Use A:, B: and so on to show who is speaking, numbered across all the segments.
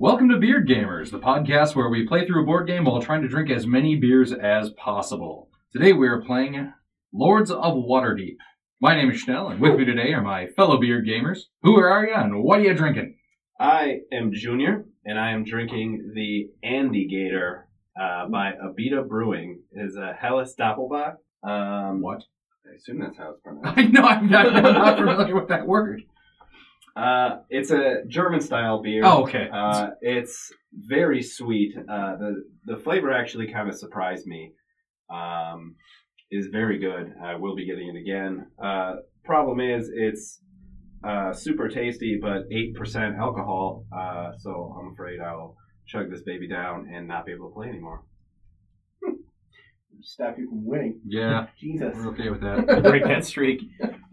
A: Welcome to Beard Gamers, the podcast where we play through a board game while trying to drink as many beers as possible. Today we are playing Lords of Waterdeep. My name is Schnell, and with me today are my fellow Beard Gamers. Who are you and what are you drinking?
B: I am Junior, and I am drinking the Andy Gator uh, by Abita Brewing. It is a Helles Doppelbock. Um,
A: What?
B: I assume that's how it's pronounced.
A: I know I'm not, I'm not familiar with that word.
B: uh, it's a German style beer.
A: Oh, okay.
B: Uh, it's very sweet. Uh, the the flavor actually kind of surprised me. Um, is very good. I will be getting it again. Uh, problem is, it's uh, super tasty, but eight percent alcohol. Uh, so I'm afraid I'll chug this baby down and not be able to play anymore.
C: stop you from winning.
A: yeah,
C: Jesus.
A: we're okay with that.
D: break that streak.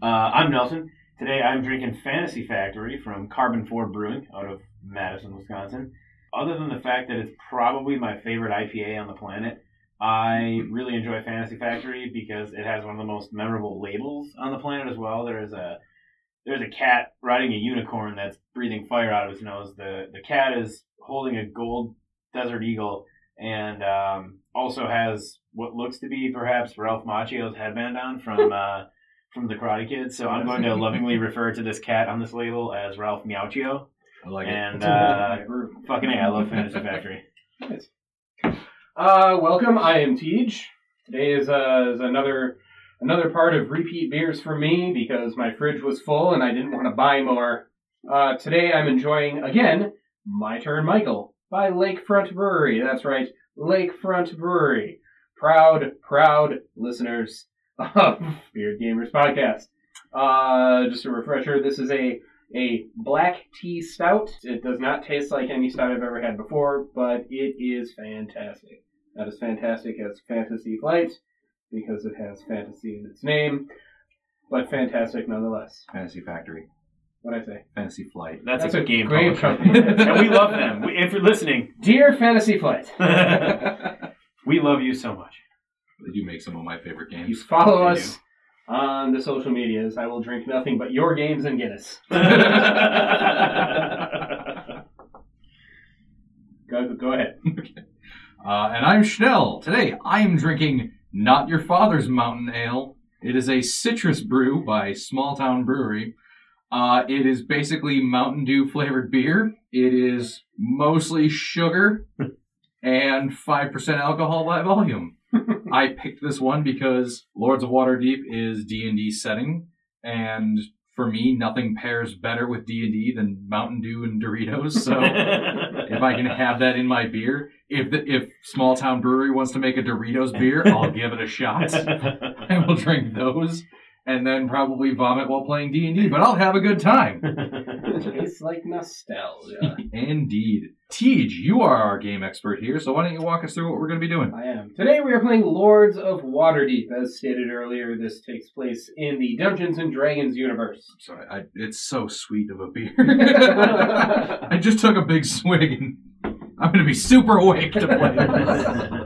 D: Uh, I'm Nelson. Today I'm drinking Fantasy Factory from Carbon Four Brewing out of Madison, Wisconsin. Other than the fact that it's probably my favorite IPA on the planet, I really enjoy Fantasy Factory because it has one of the most memorable labels on the planet as well. There is a there's a cat riding a unicorn that's breathing fire out of his nose. The the cat is holding a gold desert eagle and um, also has what looks to be perhaps Ralph Macchio's headband on from uh, from the Karate Kid. So I'm going to lovingly refer to this cat on this label as Ralph Miauccio.
A: I like it.
D: And uh, fucking A, I love Fantasy Factory.
E: Nice. Uh, welcome. I am Tej. Today is, uh, is another another part of repeat beers for me because my fridge was full and I didn't want to buy more. Uh, today I'm enjoying again my turn, Michael by Lakefront Brewery. That's right, Lakefront Brewery. Proud, proud listeners of Beard Gamers podcast. Uh, just a refresher. This is a a black tea stout. It does not taste like any stout I've ever had before, but it is fantastic. Not as fantastic as Fantasy Flight, because it has fantasy in its name, but fantastic nonetheless.
A: Fantasy Factory,
E: What I say,
A: Fantasy Flight.
D: That's,
E: That's
D: a
E: a
D: good game
E: great
D: publisher.
E: company.
D: and we love them. We, if you're listening,
E: dear Fantasy Flight,
D: we love you so much.
A: They do make some of my favorite
E: you
A: games.
E: follow
D: They
E: us on the social medias. I will drink nothing but your games and Guinness. Go, go ahead.
A: Uh, and I'm Schnell. Today I am drinking Not Your Father's Mountain Ale. It is a citrus brew by Small Town Brewery. Uh, it is basically Mountain Dew flavored beer. It is mostly sugar and 5% alcohol by volume. I picked this one because Lords of Waterdeep is D&D setting and for me nothing pairs better with D&D than Mountain Dew and Doritos. So if I can have that in my beer, if the, if small town brewery wants to make a Doritos beer, I'll give it a shot. I will drink those, and then probably vomit while playing D and D. But I'll have a good time.
E: Tastes like nostalgia.
A: Indeed, Tej, you are our game expert here, so why don't you walk us through what we're going to be doing?
E: I am. Today we are playing Lords of Waterdeep. As stated earlier, this takes place in the Dungeons and Dragons universe.
A: Sorry, I, it's so sweet of a beer. I just took a big swig, and I'm going to be super awake to play this.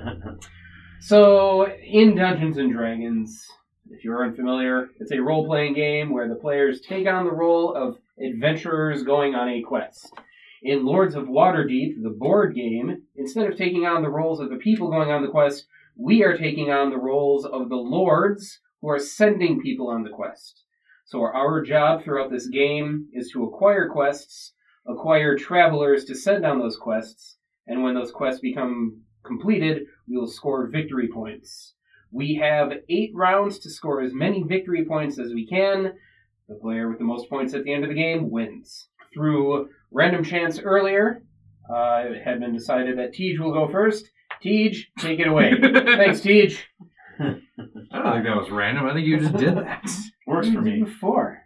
E: So, in Dungeons and Dragons, if you're unfamiliar, it's a role playing game where the players take on the role of adventurers going on a quest. In Lords of Waterdeep, the board game, instead of taking on the roles of the people going on the quest, we are taking on the roles of the lords who are sending people on the quest. So, our job throughout this game is to acquire quests, acquire travelers to send on those quests, and when those quests become completed, we will score victory points. We have eight rounds to score as many victory points as we can. The player with the most points at the end of the game wins. Through random chance earlier, uh, it had been decided that Tej will go first. Tej, take it away. Thanks, Tej.
A: I don't think that was random. I think you just did that.
D: Works
E: You
D: for
E: did
D: me.
E: it Before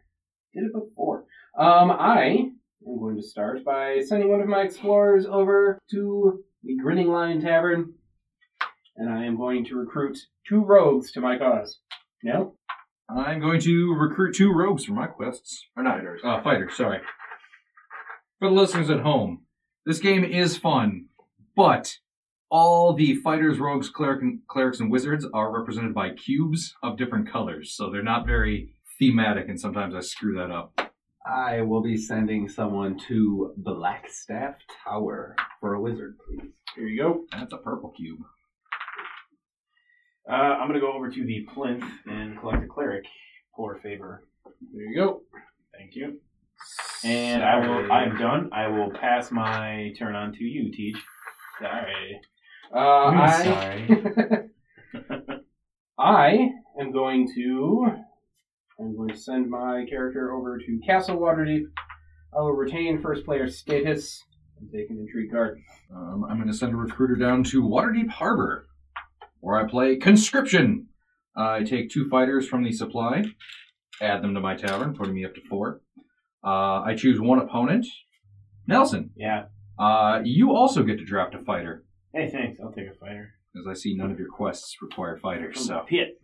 E: did it before. Um, I am going to start by sending one of my explorers over to the Grinning Lion Tavern, and I am going to recruit two rogues to my cause. No,
A: I'm going to recruit two rogues for my quests. Or not,
B: Fighters.
A: Uh, fighters, sorry. For the listeners at home, this game is fun, but all the fighters, rogues, cleric, and, clerics, and wizards are represented by cubes of different colors, so they're not very thematic, and sometimes I screw that up.
B: I will be sending someone to Blackstaff Tower for a wizard, please.
E: Here you go.
A: That's a purple cube.
D: Uh, I'm gonna go over to the plinth and collect a cleric for favor.
E: There you go.
D: Thank you. And I will. I'm done. I will pass my turn on to you, Teach. Sorry.
E: Uh, I
D: sorry.
E: I am going to. I'm going to send my character over to Castle Waterdeep. I will retain first player status and take an intrigue card.
A: Um, I'm going to send a recruiter down to Waterdeep Harbor, where I play conscription. I take two fighters from the supply, add them to my tavern, putting me up to four. Uh, I choose one opponent. Nelson,
D: Yeah.
A: uh, you also get to draft a fighter,
D: Hey, thanks. I'll take a fighter.
A: because I see none of your quests require fighters. So,
D: Pit.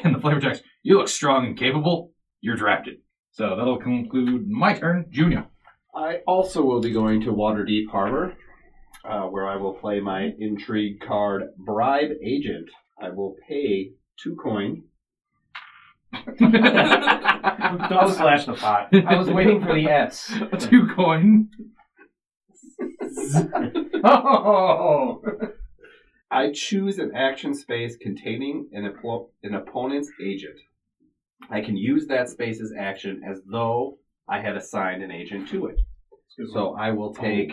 A: and the flavor text: You look strong and capable. You're drafted. So that'll conclude my turn, Junior.
B: I also will be going to Waterdeep Harbor, uh, where I will play my intrigue card, Bribe Agent. I will pay two coin.
D: Don't slash the pot.
E: I was waiting for the S.
A: two coin.
E: Oh,
B: I choose an action space containing an, oppo- an opponent's agent. I can use that space's action as though I had assigned an agent to it. So I will take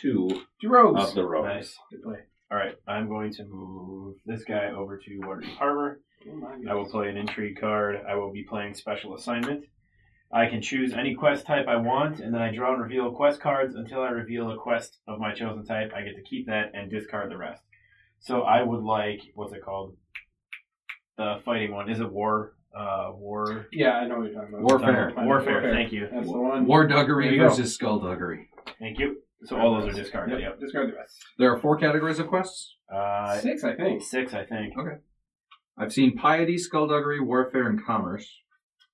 B: two
E: two rogues.
B: of the rogues.
D: Nice. Good play. All right. I'm going to move this guy over to Waterdeep Harbor. I will play an intrigue card. I will be playing special assignment. I can choose any quest type I want, and then I draw and reveal quest cards until I reveal a quest of my chosen type. I get to keep that and discard the rest. So I would like what's it called? The fighting one is it war? Uh, war.
E: Yeah, I know what you're talking about.
A: Warfare.
D: Warfare. Thank you.
E: That's the one. There
A: Warduggery
E: you go.
A: versus Skullduggery.
D: Thank you. So all those are discarded.
E: Yep.
D: Yep.
E: Discard the rest.
A: There are four categories of quests.
D: Uh,
E: Six, I think.
D: six, I think.
A: I've seen piety, skullduggery, warfare, and commerce.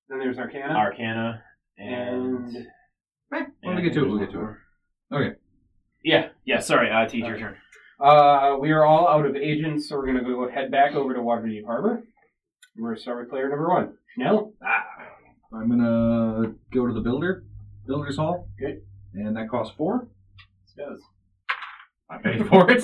E: Then there's Arcana.
D: Arcana and.
E: And-
A: Eh, when
D: and
A: we
D: I
A: get
D: think
A: to it,
D: there's
A: we'll
D: one
A: get to it.
D: more. Yeah. Yeah. Sorry. Uh, teach your
E: Okay.
D: turn.
E: Uh, we are all out of agents, so we're going to go head back over to Waterdeep Harbor. We're going to start with player number one. No?
A: I'm gonna go to the builder, builder's hall.
E: Okay.
A: And that costs four.
E: Yes.
A: I paid for it.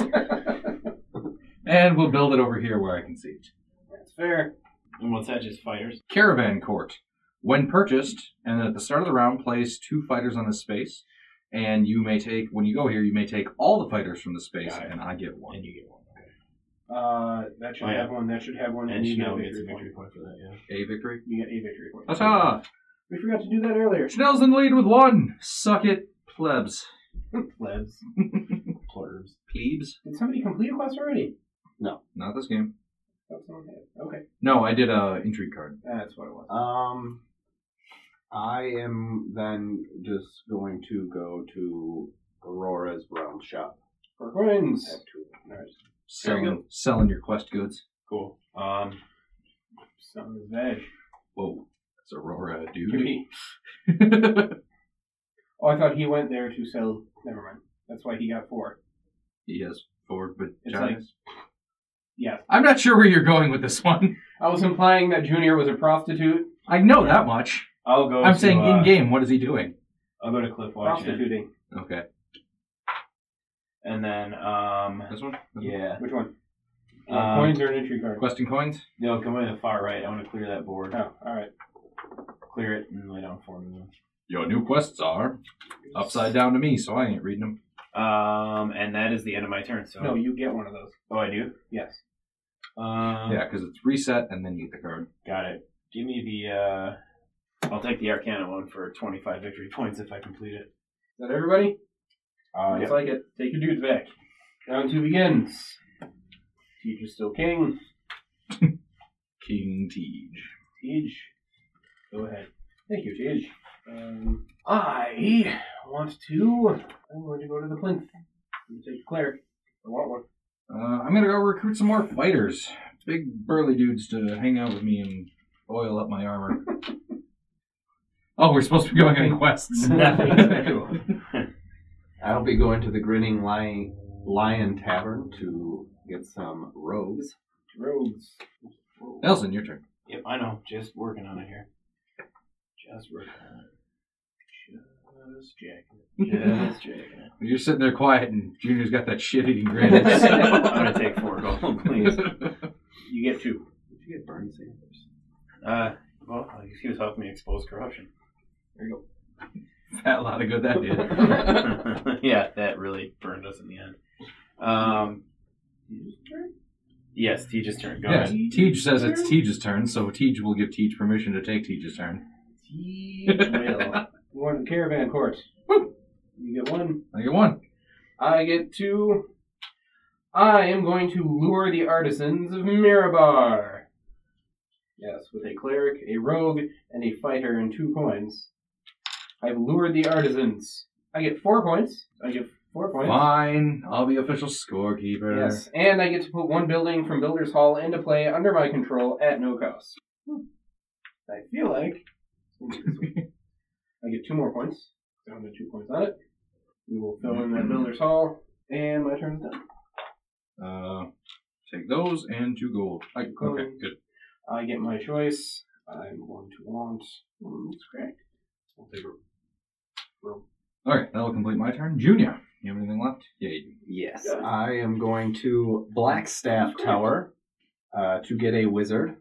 A: and we'll build it over here where I can see it.
E: That's fair.
D: And what's that? Just fighters.
A: Caravan court. When purchased, and at the start of the round, place two fighters on this space. And you may take when you go here, you may take all the fighters from the space,
D: Got it.
A: and I get one.
D: And you get one. Okay.
E: Uh, that should
D: Oh, yeah.
E: have one. That should have one.
D: And
E: you
D: Chanel
E: get
D: gets a victory point for that, yeah.
A: A victory.
E: You get a victory point.
A: Ta-ta!
E: We forgot to do that earlier.
A: Chanel's in the lead with one. Suck it, plebs.
D: Plebs. Plurbs.
A: Plebes.
E: Did somebody complete a quest already?
A: Not this game.
E: Oh, someone did. Okay.
A: No, I did a intrigue card.
E: That's what it was.
B: Um, I am then just going to go to Aurora's round shop.
E: Four
B: I
E: coins.
B: have two.
E: Alright.
A: Selling,
E: There you
A: selling your quest goods.
D: Cool. Um,
E: Some of the veg.
A: Whoa, that's Aurora,
E: Could
A: dude.
E: be. Oh, I thought he went there to sell. Never mind. That's why he got four.
A: he has four vaginas.
E: It's like- Yes.
A: I'm not sure where you're going with this one.
E: I was implying that Junior was a prostitute.
A: I know that much.
D: I'll go.
A: I'm
D: to,
A: saying
D: uh,
A: in game. What is he doing?
D: I'll go to Cliff Watch and,
E: Prostituting.
A: Okay,
D: and then um,
A: this one. This one?
D: yeah.
E: Which one? Uh,
D: Um,
E: coins or an entry card?
A: Questing coins.
D: No, come in the far right. I want to clear that board.
E: Oh, alright.
D: Clear it and lay down four new ones.
A: Your new quests are upside down to me, so I ain't reading them.
D: Um, and that is the end of my turn. So.
E: No, you get one of those.
D: Oh, I do.
E: Yes. Uh-huh.
D: Um,
A: Yeah, because it's reset and then you get the card.
D: Got it. Give me the. Uh, I'll take the Arcana one for 25 victory points if I complete it.
E: Is that everybody?
D: Uh,
E: Looks
D: yep.
E: like it. Take your dudes back. Round two begins. Teacher's still king.
A: King Tiege.
E: Tej. Go ahead. Thank you, Tej. Um, I want to. I'm going to go to the plinth. I'm going to take a cleric. I want one.
A: Uh, I'm gonna go recruit some more fighters, big burly dudes to hang out with me and oil up my armor. oh, we're supposed to be going on quests.
B: I'll be going to the Grinning Lion, Lion Tavern to get some robes.
E: Rogues.
A: Nelson, your turn.
D: Yep, I know. Just working on it here. Just working on it. was jacking
E: Yeah,
D: it.
E: that's jacking it.
A: You're sitting there quiet, and Junior's got that shit-eating grin.
D: Just- I'm gonna take four gold, please.
E: You get two.
B: Did you get Bernie Sanders?
D: Uh, well, he was helping me expose corruption.
A: that lot of good that did.
D: yeah, that really burned us in the end. Um, yes, Teach's turn. Go
A: Yeah,
D: ahead.
A: Teej says it's Teej's turn, so Teej will give Teej permission to take Teej's turn.
E: Teach will. One caravan course.
A: Woo.
E: You get one.
A: I get one.
E: I get two. I am going to lure the artisans of Mirabar. Yes, with a cleric, a rogue, and a fighter, and two coins. I've lured the artisans. I get four points. I get four points.
A: Fine, I'll be official scorekeeper.
E: Yes, and I get to put one building from Builder's Hall into play under my control at no cost. Hmm. I feel like I get two more points. Down to two points on it. We will fill in that Builder's Hall, and my turn's done.
A: Uh, take those and two gold. I, okay, good.
E: I get my choice. I'm going to want. Hmm, That's correct. I'll take a rope.
A: All right, that'll complete my turn. Junior, you have anything left? Yeah, you do.
B: Yes,
E: Yeah.
B: I am going to Blackstaff Tower uh, to get a wizard,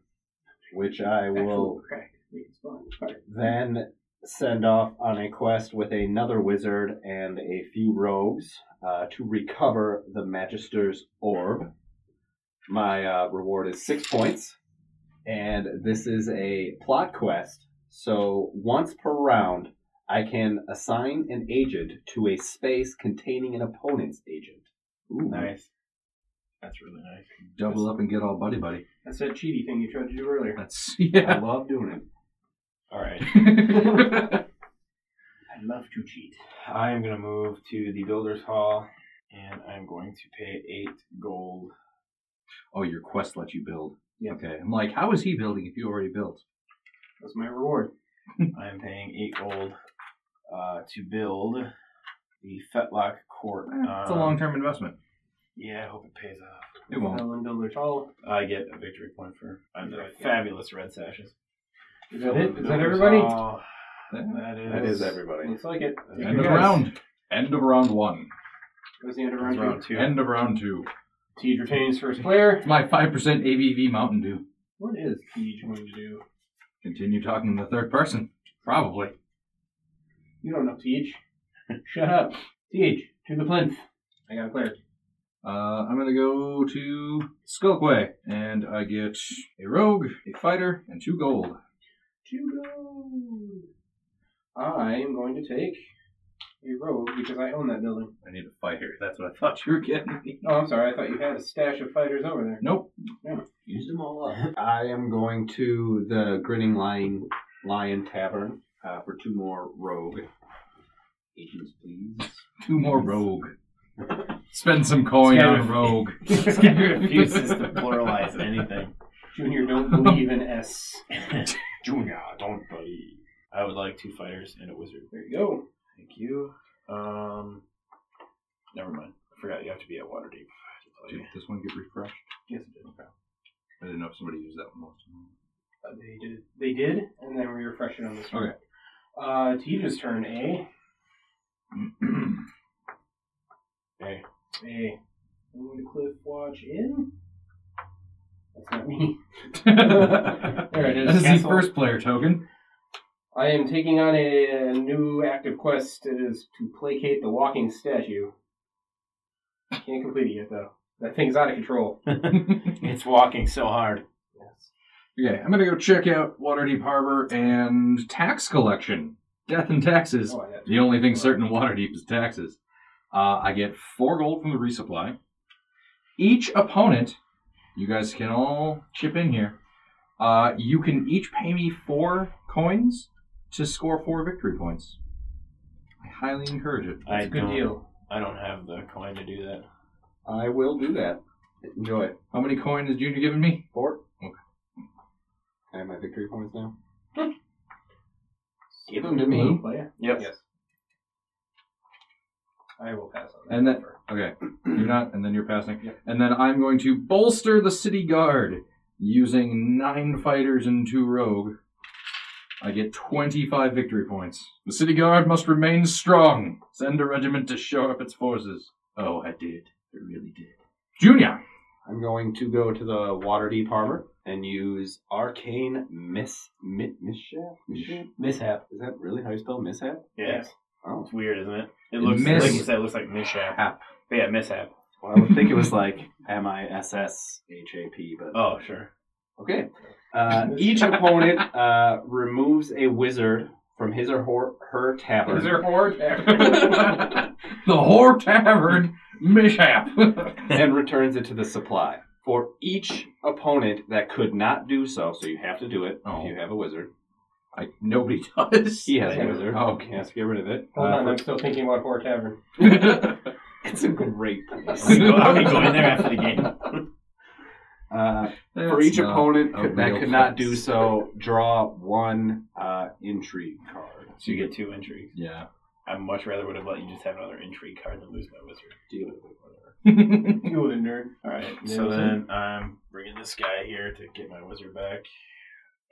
B: which I
E: Actual
B: will
E: crack. We can spawn the card.
B: then send off on a quest with another wizard and a few rogues uh, to recover the Magister's orb. My uh, reward is six points, and this is a plot quest. So once per round, I can assign an agent to a space containing an opponent's agent.
A: Ooh,
D: Nice. That's really nice.
A: Double up and get all buddy buddy.
E: That's that cheaty thing you tried to do earlier.
A: That's
B: I
A: yeah.
B: love doing it.
D: All right.
E: I love to cheat.
D: I am going to move to the Builder's Hall, and I'm going to pay eight gold.
A: oh, your quest lets you build.
E: Yeah.
A: Okay, I'm like, how is he building if you already built?
E: That's my reward.
D: I am paying eight gold uh, to build the Fetlock Court.
A: Eh, It's
D: Um,
A: a long term investment.
D: Yeah, I hope it pays off.
A: Uh, It won't.
E: Helen Builder's Hall.
D: I get a victory point for I'm the fabulous Red Sashes.
E: Is that it? Is that everybody?
D: Oh, that is
B: That is everybody.
E: Looks like it.
D: Yeah,
A: Eh, End of
D: guys.
A: round. End of round one.
E: It was the end of
D: That's
E: round
D: round
E: two.
D: two.
A: End of round two.
E: Siege retains first player.
A: It's my five percent ABV Mountain Dew.
E: What is Siege going to do?
A: Continue talking in the third person. Probably.
E: You don't know Siege. Shut up. Siege, to the plinth. I got a player.
A: Uh, I'm gonna go to Skulkway, and I get a rogue, a fighter, and two gold.
E: Two gold. I am going to take a rogue because I own that building.
A: I need a fighter. That's what I thought you were getting me.
E: Oh, I'm sorry. I thought you had a stash of fighters over there.
A: Nope.
B: Use them all up. I am going to the Grinning Lion Lion Tavern uh, for two more rogue agents, please.
A: Two more rogue. Spend some coin
D: Scatter-
A: on rogue.
D: Skinner refuses to pluralize anything.
E: Junior, don't believe in S.
D: Junior, don't believe. I would like two fighters and a wizard.
E: There you go.
D: Thank you. Um, never mind. I forgot you have to be at Waterdeep. to
A: Did
D: play.
A: this one get refreshed?
E: Yes, it did.
A: I didn't know if somebody used that one.
E: Uh, They did. They did, and then we refresh it on this one.
A: Okay.
E: Uh, Tija's turn, eh?
D: Hey,
E: Hey, I'm going to cliff watch in. That's not me. There it
A: That
E: is.
A: is the
E: Castle.
A: first player token.
E: I am taking on a, a new active quest. It is to placate the walking statue. Can't complete it yet, though. That thing's out of control.
D: it's walking so hard.
E: Yes.
A: Okay, I'm gonna go check out Waterdeep Harbor and tax collection. Death and taxes.
E: Oh, I got
A: The only thing certain in Waterdeep is taxes. Uh, I get four gold from the resupply. Each opponent, you guys can all chip in here. Uh, you can each pay me four coins to score four victory points. I highly encourage it.
D: I
E: That's a good
D: don't-
E: deal.
D: I don't have the coin to do that.
B: I will do that. Enjoy.
A: How many coins has Junior given me?
B: Four.
A: Okay.
B: I have my victory points now.
D: Give
B: them to me.
E: Player?
D: Yep.
E: Yes. I will pass on that.
A: And that-
E: offer.
A: Okay, you're not, and then you're passing.
E: Yep.
A: And then I'm going to bolster the city guard using nine fighters and two rogue. I get 25 victory points. The city guard must remain strong. Send a regiment to shore up its forces. Oh, I did. I really did. Junior!
B: I'm going to go to the Waterdeep Harbor and use Arcane Miss mi, Mishap. Mishap.
D: Mishap.
B: Is that really how you spell mishap?
D: Yes.
B: Oh.
D: It's weird, isn't it? It
A: It
D: looks
A: miss-
D: like you said. It looks like mishap.
B: Hap.
D: But yeah, mishap.
B: Well, I would think it was like M I S S H A P, but
D: Oh, sure.
B: Okay. Uh, each opponent uh, removes a wizard from his or her, her tavern.
E: Is there or
A: the Whore Tavern mishap.
B: and returns it to the supply. For each opponent that could not do so, so you have to do it
A: Oh.
B: if you have a wizard.
A: I, nobody does.
B: He has a
E: Yeah.
B: wizard.
A: Oh, okay.
B: Yes, get rid of it.
E: Hold
B: Uh,
E: on,
B: for-
E: I'm still thinking about Horror Tavern.
B: it's a great place.
D: Are we, go, are we going there after the game?
B: Uh, for
A: That's
B: each
A: not
B: opponent
A: a
B: could, that
A: real
B: could not do
A: place.
B: so, draw one uh, intrigue card.
D: So you get two intrigues.
A: Yeah.
D: I much rather would have let you just have another intrigue card than lose my wizard.
B: Deal with it, whatever.
E: You with a nerd.
D: All right.
B: Yeah, so-
D: So then I'm bringing this guy here to get my wizard back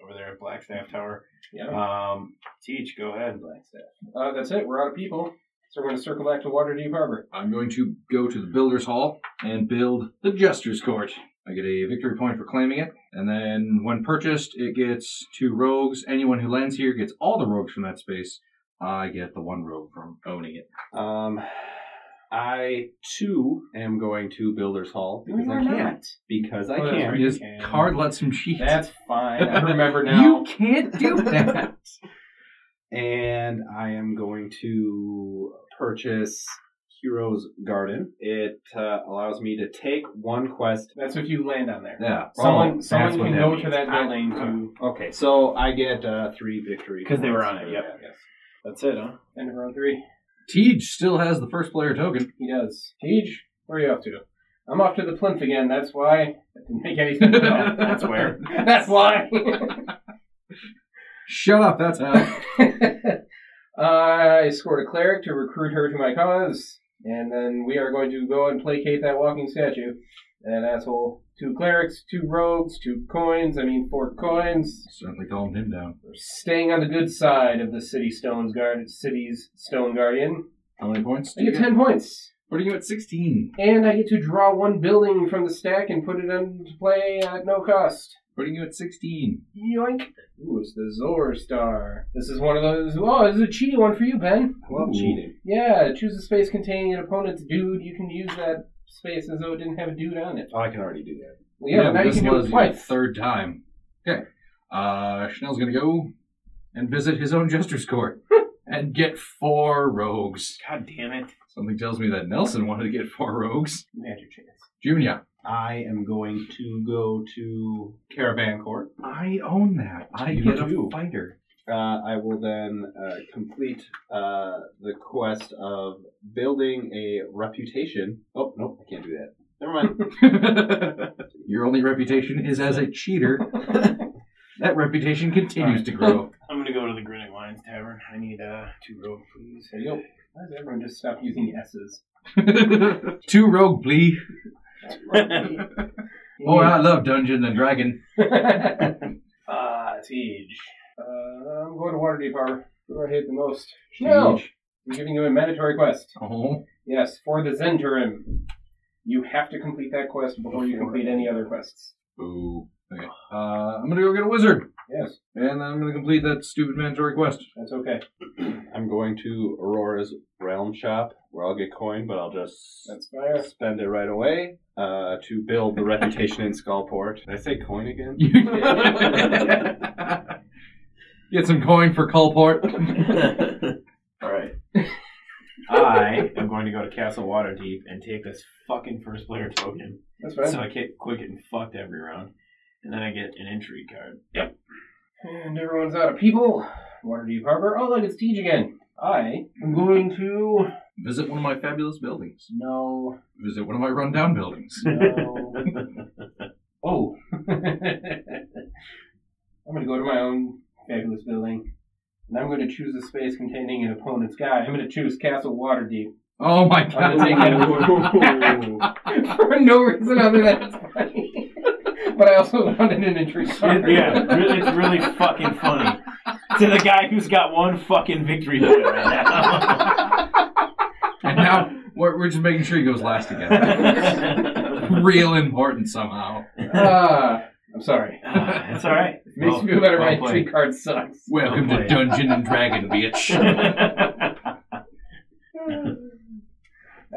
D: over there at Blackstaff Tower.
E: Yeah.
D: Um, teach. Go ahead, Blackstaff.
E: Uh, that's it. We're out of people. So we're going to circle back to Waterdeep Harbor.
A: I'm going to go to the Builder's Hall and build the Jester's Court. I get a victory point for claiming it, and then when purchased, it gets two rogues. Anyone who lands here gets all the rogues from that space. I get the one rogue from owning it.
B: Um, I too am going to Builder's Hall because I can't. Because I
E: Oh, that's
B: can't.
E: right.
A: His
D: can.
A: card lets him cheat.
E: That's fine. I remember
A: You
E: now.
A: can't do that.
B: and I am going to purchase Heroes Garden. It uh, allows me to take one quest.
E: That's if you land on there.
A: yeah.
E: Someone,
B: Oh,
E: someone
B: that's what
E: can
B: that
E: go
B: means.
E: to that
B: I-
E: building to.
B: Okay, so I get uh, three victory
D: Because they were
B: points
D: on it,
B: for
D: yep.
B: that.
D: That's it, huh?
E: End of round three.
A: Tej still has the first player token.
E: He does. Tej, where are you off to? I'm off to the plinth again. That's why. That didn't make any sense. at all.
D: That's where.
E: That's why.
A: Shut up, that's how.
E: I scored a cleric to recruit her to my cause, and then we are going to go and placate that walking statue. That asshole. Two clerics, two rogues, two coins. I mean, four coins.
A: Certainly calmed him down.
E: We're staying on the good side of the city stone's guard, city's stone guardian.
A: How many points?
E: I
A: Do you
E: get
A: get?
E: ten points,
A: What are you at? 16.
E: and I get to draw one building from the stack and put it into play at no cost.
A: What are you at? 16.
E: Yoink! Ooh, it's the Zor Star. This is one of those. Oh, this is a cheaty one for you, Ben.
B: I love
A: Ooh.
B: cheating.
E: Yeah, choose a space containing an opponent's dude. You can use that space as though it didn't have a dude on it.
B: Oh, I can already do that.
E: Well, yeah,
A: but
E: but now you
A: this
E: can do
A: was
E: it
A: your
E: twice.
A: Third time. Okay. Uh, Schnell's gonna go and visit his own jester's court and get four rogues.
D: God damn it.
A: Something tells me that Nelson wanted to get four rogues.
D: You had your chance.
A: Junior,
B: I am going to go to Caravan Court.
A: I own that. I
B: You
A: get a
B: do.
A: fighter.
B: Uh, I will then uh, complete uh, the quest of building a reputation. Oh, nope, I can't do that. Never mind.
A: Your only reputation is as a cheater. that reputation continues to grow.
D: I'm gonna go to the Grinning Lions Tavern. I need uh two rogue, please.
E: There you go. Why does everyone just stop using S's?
A: Two rogue, please.
D: uh,
A: Oh, I love Dungeons and Dragon.
D: Siege.
E: uh, I'm going to Waterdeep Harbor. Who do I hate the most? No! I'm giving you a mandatory quest.
A: Oh.
E: Yes, for the Zenturim. You have to complete that quest before you complete any other quests.
A: Boo. Okay. Uh, I'm gonna go get a wizard.
E: Yes,
A: And then I'm going to complete that stupid mandatory quest.
E: that's okay.
B: I'm going to Aurora's Realm Shop where I'll get coin, but I'll just
E: That's fire.
B: spend it right away uh, to build the reputation in Skullport. Did I say coin again?
A: Get some coin for Culport.
D: All right. I am going to go to Castle Waterdeep and take this fucking first player token,
E: That's
D: so
E: fine.
D: I get quit getting fucked every round, and then I get an intrigue card.
E: And everyone's out of people. Waterdeep Harbor. Oh, look, it's Teej again. I am going to.
A: Visit one of my fabulous buildings.
E: No.
A: Visit one of my rundown buildings.
E: No. oh. I'm going to go to my own fabulous building. And I'm going to choose a space containing an opponent's guy. I'm going to choose Castle Waterdeep.
A: Oh my
E: I'm going
A: god.
E: to take it for no reason other than it's funny. but I also wanted an intrigue card.
D: yeah, re- it's really fucking funny. to the guy who's got one fucking victory point right now.
A: And now we're, we're just making sure he goes last again.
D: Ah,
A: Real important somehow.
E: Ah, I'm sorry.
D: It's all right.
E: Makes
D: Well-
E: me feel better.
D: well
E: My
D: played.
E: tree card sucks.
A: Welcome to
D: Okay.
A: Dungeon and Dragon, bitch.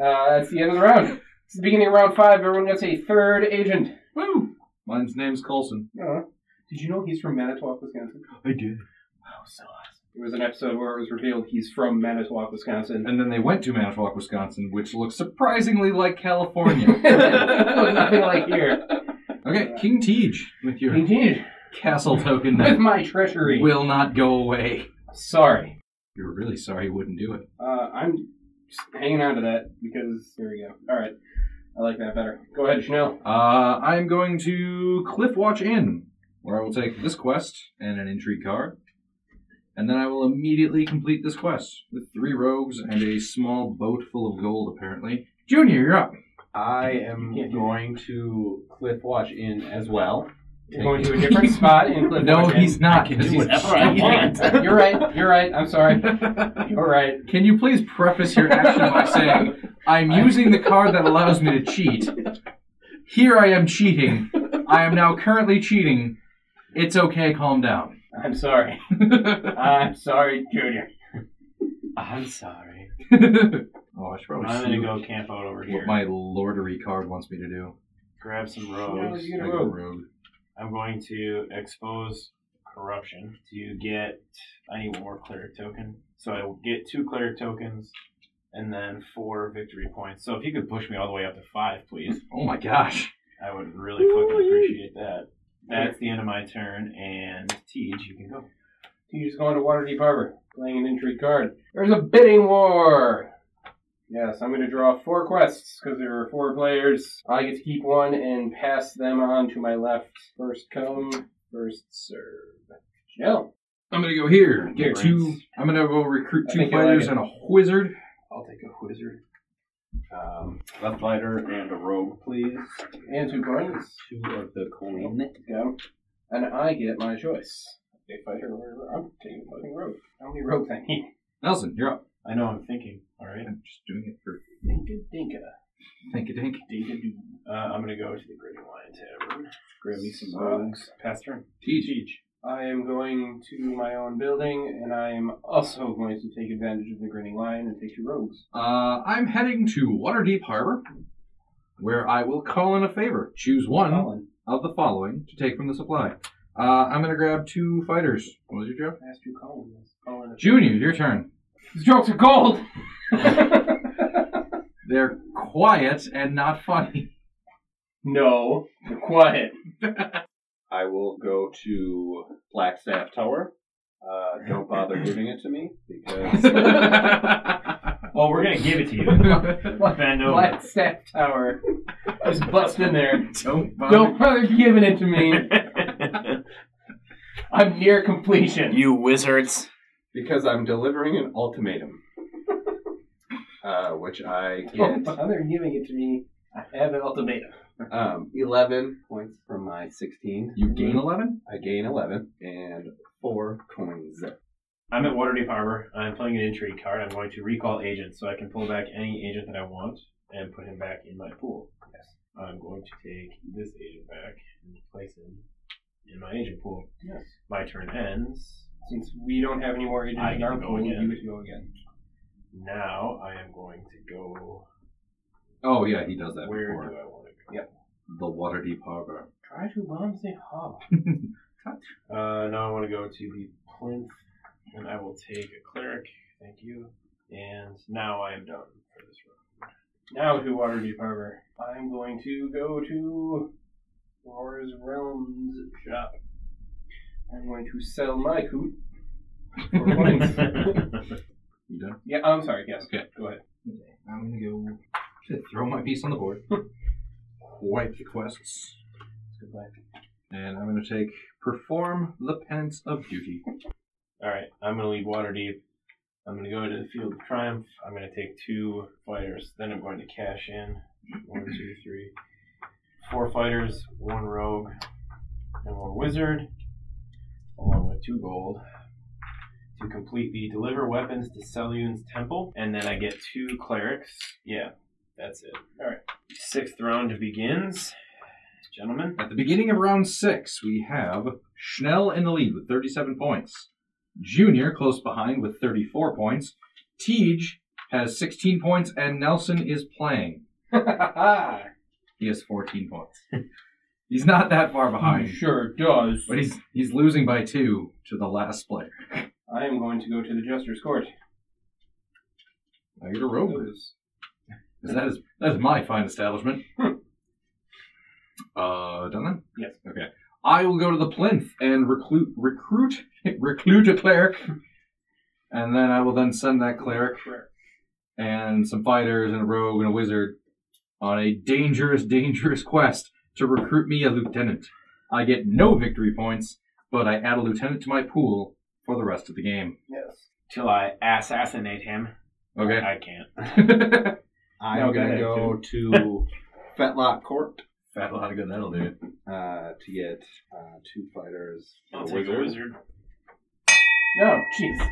E: Uh, that's the end of the round. It's the beginning of round five. Everyone gets a third agent.
A: Woo! Mine's name's Colson.
E: Uh, did you know he's from Manitowoc, Wisconsin?
B: I did.
D: Oh, so awesome.
E: There was an episode where it was revealed he's from Manitowoc, Wisconsin.
A: And then they went to Manitowoc, Wisconsin, which looks surprisingly like California.
E: Nothing like here.
A: okay, King Tej with your
E: Indeed.
A: castle token
E: With
A: that
E: my treachery.
A: will not go away.
E: Sorry.
A: You were really sorry you wouldn't do it.
E: Uh, I'm just hanging on to that because here we go. All right, I like that better. Go ahead, Chanel.
A: Uh, I'm going to Cliff Watch Inn, where I will take this quest and an intrigue card. And then I will immediately complete this quest with three rogues and a small boat full of gold, apparently. Junior, you're up.
B: I am
E: You can't do
B: going to Cliff Watch Inn as well.
E: You're going to a different spot in Cliff.
A: No,
E: Orchard.
A: he's not.
B: can
A: 'cause
B: do
A: he's
B: whatever I
A: cheating.
E: You're right. You're right. I'm sorry. You're right.
A: Can you please preface your action by saying, I'm using the card that allows me to cheat. Here I am cheating. I am now currently cheating. It's okay, calm down. Oh,
E: I'm sorry. I'm sorry, Junior.
D: I'm sorry.
A: oh, I should probably
D: I'm
A: see
D: gonna go camp out over here.
A: what my lordery card wants me to do.
D: Grab some
E: Yeah,
D: rogues.
E: you
A: I
E: know-
A: go rogue.
D: I'm going to expose corruption to get. I need one more cleric token, so I will get two cleric tokens, and then four victory points. So if you could push me all the way up to five, please,
A: Oh my gosh.
D: I would really fucking appreciate that. That's the end of my turn, and Tej, you can go.
E: You just going to Waterdeep Harbor, playing an intrigue card. There's a bidding war. Yes, I'm going to draw four quests because there are four players. I get to keep one and pass them on to my left. First come, first serve. Chanel,
A: I'm gonna go here. Get
E: Here.
A: two. I'm gonna go recruit
E: I
A: two
E: think I like
A: fighters
E: it.
A: and a wizard.
E: I'll take a wizard
B: Um, a fighter and a rogue, please.
E: and two coins.
B: Two of the coin.
E: go, and I get my choice. If I hear where I'm taking a fucking rope. How many ropes I need?
A: Nelson, you're up.
D: I know I'm thinking. All right,
A: I'm just doing it for
E: Dinka dinka.
A: think a dink.
D: Dinka doo. uh, I'm gonna go to the Great Lion Tavern. Grab me some
E: So-
D: rogues. Pass turn.
A: Teach.
D: Tej.
E: I am going to my own building, and I am also going to take advantage of the grinning lion and take two rogues.
A: Uh, I'm heading to Waterdeep Harbor, where I will call in a favor. Choose one
E: Colin,
A: of the following to take from the supply. Uh, I'm gonna grab two fighters. What was your job?
E: I asked you, Colin. was Colin.
A: Junior, your turn.
E: These jokes are gold.
A: They're quiet and not funny.
E: no, you're quiet.
B: I will go to Blackstaff Tower. Uh, don't bother giving it to me because
D: Oh, we're gonna give it to you. Bend over.
E: Black staff tower. Just bust in there.
A: Don't bother.
E: Don't bother giving it to me. I'm near completion.
C: You wizards.
B: because I'm delivering an ultimatum, uh, which I
E: Don't
B: get
E: bother giving it to me. I have an ultimatum.
B: um, 11 points from my Mm-hmm. 16.
A: You gain 11?
B: I gain 11 and four coins.
D: I'm at Waterdeep Harbor. I'm playing an intrigue card. I'm going to recall agent, so I can pull back any agent that I want and put him back in my pool. Yes. I'm going to take this agent back and place him in my agent pool.
E: Yes.
D: My turn ends.
E: Since we don't have any more agents
D: I
E: in
D: get
E: our
D: to go
E: pool,
D: again.
E: you get to go again.
D: Now I am going to go.
A: Oh, yeah, he does that
D: Where
A: before.
D: do I want to go?
A: The Waterdeep Harbor.
E: Try to bomb the hub.
D: Uh, now I want to go to the plinth, and I will take a cleric. Thank you. And now I am done for this round.
E: Now to Waterdeep Harbor. I'm going to go to Aurora's Realms shop. I'm going to sell my coot for points.
A: You done?
E: yeah, I'm sorry, yes.
A: Okay.
E: Go ahead.
A: I'm gonna go to throw my piece on the board. Wipe the quests.
E: Goodbye.
A: And I'm gonna take Perform the Penance of Duty.
D: All right, I'm gonna leave Waterdeep. I'm gonna go to the Field of Triumph. I'm gonna take two fighters. Then I'm going to cash in one, two, three, four fighters, one rogue, and one wizard, along with two gold. to complete the deliver weapons to Selyun's temple, and then I get two clerics. Yeah, that's it. All right. Sixth round begins, gentlemen.
A: At the beginning of round six, we have Schnell in the lead with 37 points. Junior close behind with 34 points. Tej has 16 points, and Nelson is playing.
E: Ah,
A: He has 14 points. he's not that far behind,
E: sure does.
A: but he's he's losing by two to the last player.
E: I am going to go to the Jester's Court.
A: Now you're a rogue.
E: Those-
A: Because that is that is my fine establishment. uh, done then?
E: Hmm. Yes.
A: Okay. I will go to the plinth and recruit recruit recruit a cleric, and then I will then send that cleric and some fighters and a rogue and a wizard on a dangerous, dangerous quest to recruit me a lieutenant. I get no victory points, but I add a lieutenant to my pool for the rest of the game.
E: Yes.
D: Till I assassinate him.
A: Okay.
D: I can't.
B: I'm
D: No, go
B: gonna
D: ahead,
B: go to Fetlock Court
A: Fat lot of good that'll do it.
B: uh, to get uh, two fighters.
D: I'll take a wizard.
E: No, jeez.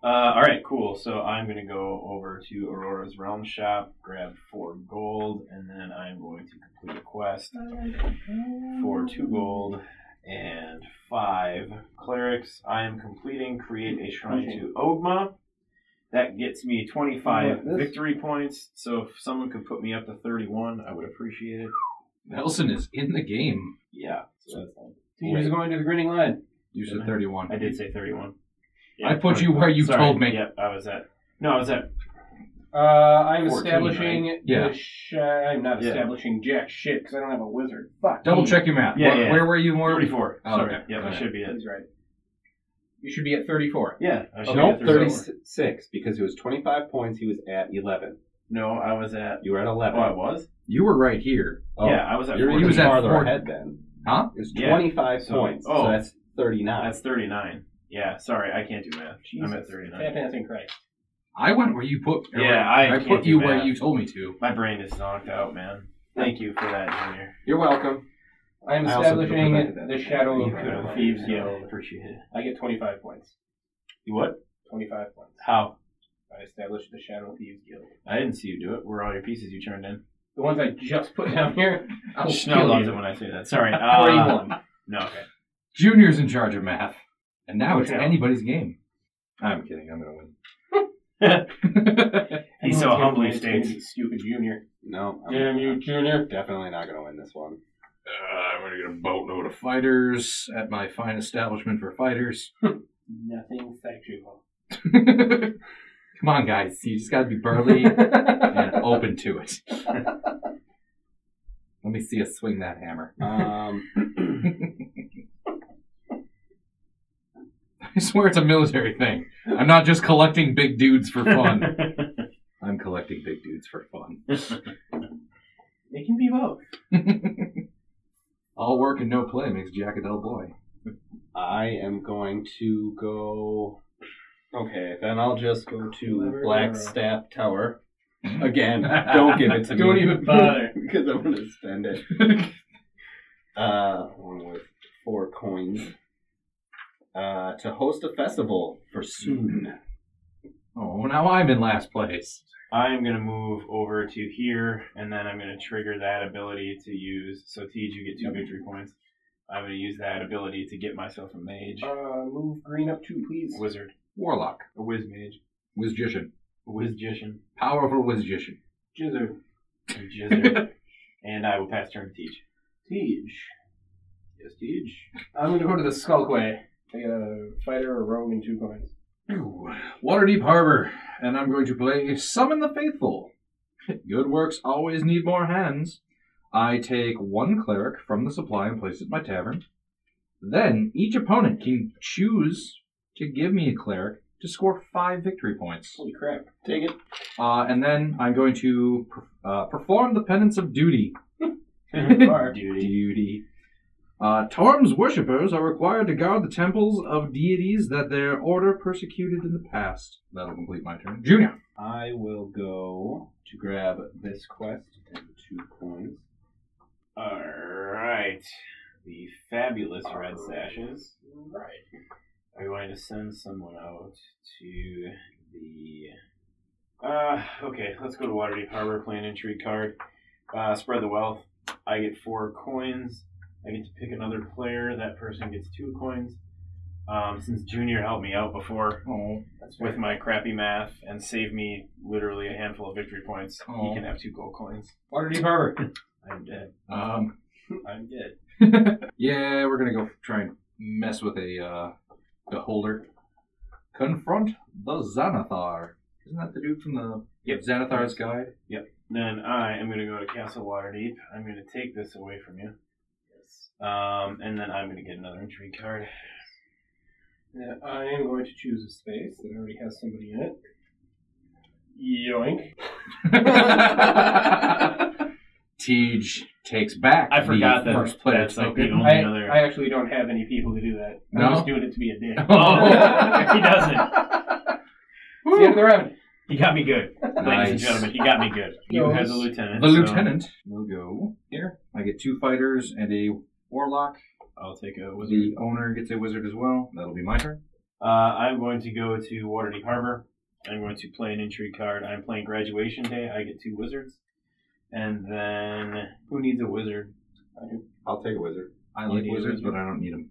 D: Uh, all right, cool. So I'm going to go over to Aurora's Realm Shop, grab four gold, and then I'm going to complete a quest for two gold and five clerics. I am completing create a shrine to Ogma. That gets me 25
E: Like this?
D: victory points. So if someone could put me up to 31, I would appreciate it.
A: Nelson is in the game.
D: Yeah. So that's fine.
E: Teej is going to the Grinning Lion.
A: You said 31.
D: I did say 31.
A: I put you where you
D: Sorry.
A: told me.
D: Yep, I was at. No, I was at.
E: Uh, I'm
D: 14,
E: establishing.
A: Yeah.
E: The sh- uh, I'm not
D: Yeah.
E: establishing jack shit because I don't have a wizard. Fuck.
A: Double check your map.
D: Yeah,
A: where,
D: yeah.
A: where were you more?
D: 34.
A: Oh,
D: Sorry.
A: okay.
D: Yep,
A: Okay.
D: I should be at.
E: He's right. You should be at 34.
D: Yeah,
A: Uh,
D: I should
B: No,
D: be at 34.
B: 36 because he was 25 points. He was at 11.
D: No, I was at.
B: You were at
D: Oh,
B: 11.
D: I was?
A: You were right here.
D: yeah, I was at.
B: You're
A: he
D: 14.
A: Oh, was
B: even
A: at
B: farther
A: 40.
B: ahead then.
A: Huh?
B: It's
D: Yeah.
B: 25
D: So-
B: points.
D: oh.
B: so that's 39.
D: That's 39. Yeah, sorry, I can't do math. I'm at 39.
E: Tap dancing Christ.
A: I went where you put. or
D: Yeah, I can't
A: put
D: do
A: you where
D: math.
A: you told me to.
D: My brain is knocked out, man. Thank you for that, Junior.
B: You're welcome.
E: I'm
B: I also
E: establishing
B: prevented that.
E: the Shadow
D: You
E: of
D: could have.
E: Thieves.
D: Yeah,
E: guild.
D: appreciate it.
E: I get 25 points.
D: You what?
E: 25 points.
D: How?
E: I established the Shadow Thieves Guild.
D: I didn't see you do it. Where are all your pieces you turned in?
E: The ones I just put down here.
A: I'll
D: No,
A: kill
D: loves it
A: you.
D: when I say that. Sorry. Uh,
E: 41.
D: No, okay.
A: Junior's in charge of math, and now it's
D: Yeah.
A: anybody's game. I'm kidding. I'm gonna win.
D: He
E: Everyone's
D: so
E: gonna
D: humbly
E: play as
D: states.
E: Junior, Stupid Junior.
B: No. I'm
E: Damn you, Junior.
B: Definitely not going to win this one.
A: Uh, I'm gonna get a boatload of fighters at my fine establishment for fighters.
E: Nothing sexual.
A: Come on, guys. You just gotta be burly
E: Uh,
A: and open to it. Let me see us swing that hammer.
B: Um,
A: I swear it's a military thing. I'm not just collecting big dudes for fun. I'm collecting big dudes for fun.
E: It can be both.
A: All work and no play makes Jack a dull boy.
B: I am going to go. Okay, then I'll just go to Blackstaff Tower. Again, don't give it to me.
E: Don't even bother.
B: because I'm going to spend it. uh, along with four coins. Uh, to host a festival for
D: Hmm.
B: soon.
A: Oh, now I'm in last place.
D: I'm gonna move over to here, and then I'm gonna trigger that ability to use. So Tej, you get two victory points. I'm gonna use that ability to get myself a mage,
E: Uh, move green up two, please.
D: wizard,
A: Warlock,
D: a whiz mage,
A: Wizgician,
D: a wizgician,
A: powerful Wizgician.
E: Jizzard.
D: a jizzard, and I will pass turn to Tej.
E: Siege.
D: Yes, Tej.
E: I'm gonna go to the Skulkway. I got a fighter, a rogue, and two coins.
A: Ooh, Waterdeep Harbor, and I'm going to play Summon the Faithful. Good works always need more hands. I take one cleric from the supply and place it at my tavern. Then each opponent can choose to give me a cleric to score five victory points.
E: Holy crap.
B: Take it.
A: Uh, and then I'm going to per- uh, perform the penance of duty.
E: Bar.
D: Duty.
A: Duty. Uh, Torm's worshippers are required to guard the temples of deities that their order persecuted in the past. That'll complete my turn. Junior.
B: I will go to grab this quest and two coins.
D: All right. The fabulous red sashes
E: Right.
D: Are you wanting to send someone out to the? Uh, okay, let's go to Waterdeep Harbor. Plan entry card. Uh, spread the wealth. I get four coins. I get to pick another player. That person gets two coins. Um, since Junior helped me out before
A: Oh,
D: with my crappy math and saved me literally a handful of victory points,
A: Aw.
D: he can have two gold coins.
E: Waterdeep Harbor.
D: I'm dead.
A: um,
D: I'm dead.
A: yeah, we're gonna go try and mess with a uh, beholder. Confront the Xanathar. Isn't that the dude from the
D: Yep.
A: Xanathar's Guide?
D: Then I am going to go to Castle Waterdeep. I'm going to take this away from you. Yes. Um, and then I'm going to get another intrigue card.
E: Yeah, I am going to choose a space that already has somebody in it. Yoink.
A: Tej takes back.
D: I forgot
A: the
D: that
A: first player
D: that's like the
A: token.
D: only
E: I,
D: other.
E: I actually don't have any people to do that. I'm
A: No?
E: just doing it to be a dick.
D: Oh, he doesn't.
E: It's the end of the round.
D: He got me good, ladies and
A: Nice.
D: gentlemen. He got me good. You
E: Yes.
D: as a lieutenant.
A: The
D: so
A: lieutenant will go here. I get two fighters and a warlock.
D: I'll take a wizard.
A: The owner gets a wizard as well. That'll be my turn.
D: Uh, I'm going to go to Waterdeep Harbor. I'm going to play an intrigue card. I'm playing Graduation Day. I get two wizards. And then, who needs a wizard?
B: I'll take a wizard.
A: I
D: You
A: like
D: need a
A: wizards,
D: wizard.
A: but I don't need them.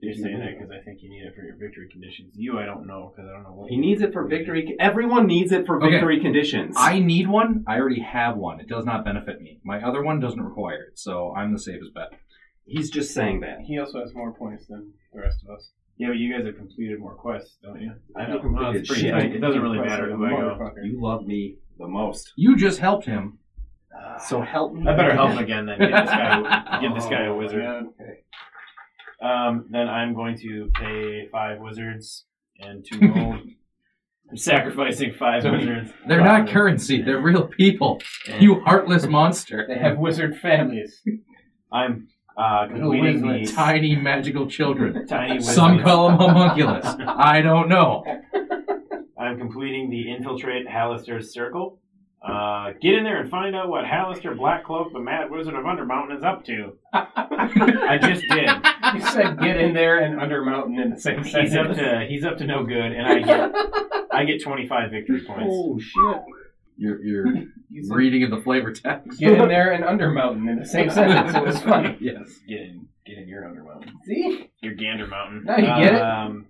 D: You're saying that because I think you need it for your victory conditions. You, I don't know because I don't know what
B: He needs it for victory. Everyone needs it for
A: Okay.
B: victory conditions.
A: I need one. I already have one. It does not benefit me. My other one doesn't require it, so I'm the safest bet.
B: He's just saying that.
D: He also has more points than the rest of us. Yeah, but you guys have completed more quests, don't you?
B: I
D: No.
B: haven't
D: Well,
B: completed
D: it's pretty
B: shit.
D: tight. It doesn't really
E: Impressive
D: matter who I go.
E: motherfucker.
B: You love me the most.
A: You just helped him.
D: Ah.
B: So help me.
D: I better help him again then. Give this guy, give this
B: Oh,
D: guy a wizard.
E: Yeah.
D: Um, then I'm going to pay five wizards and two gold. I'm sacrificing five
A: So many-
D: wizards.
A: They're not currency. They're real people.
D: And
A: You heartless monster.
E: They have wizard families.
D: I'm uh,
E: Little
D: completing
E: wiglets.
D: the
A: Tiny magical children.
D: tiny wizards.
A: Some call them homunculus. I don't know.
D: I'm completing the infiltrate Hallister's circle. Uh, get in there and find out what Hallister Blackcloak, the Mad Wizard of Undermountain, is up to. I just did.
E: You said get in there and under mountain in the same
D: He's up
E: sentence.
D: to he's up to no good, and I get I get 25 victory points.
B: Oh shit!
A: You're, you're
E: You said
A: reading of the flavor text.
E: Get in there and under mountain in the same sentence. It was funny.
A: Yes.
D: Get in, get in your Undermountain.
E: See?
D: Your Gander Mountain.
E: Now you get it.
D: Um,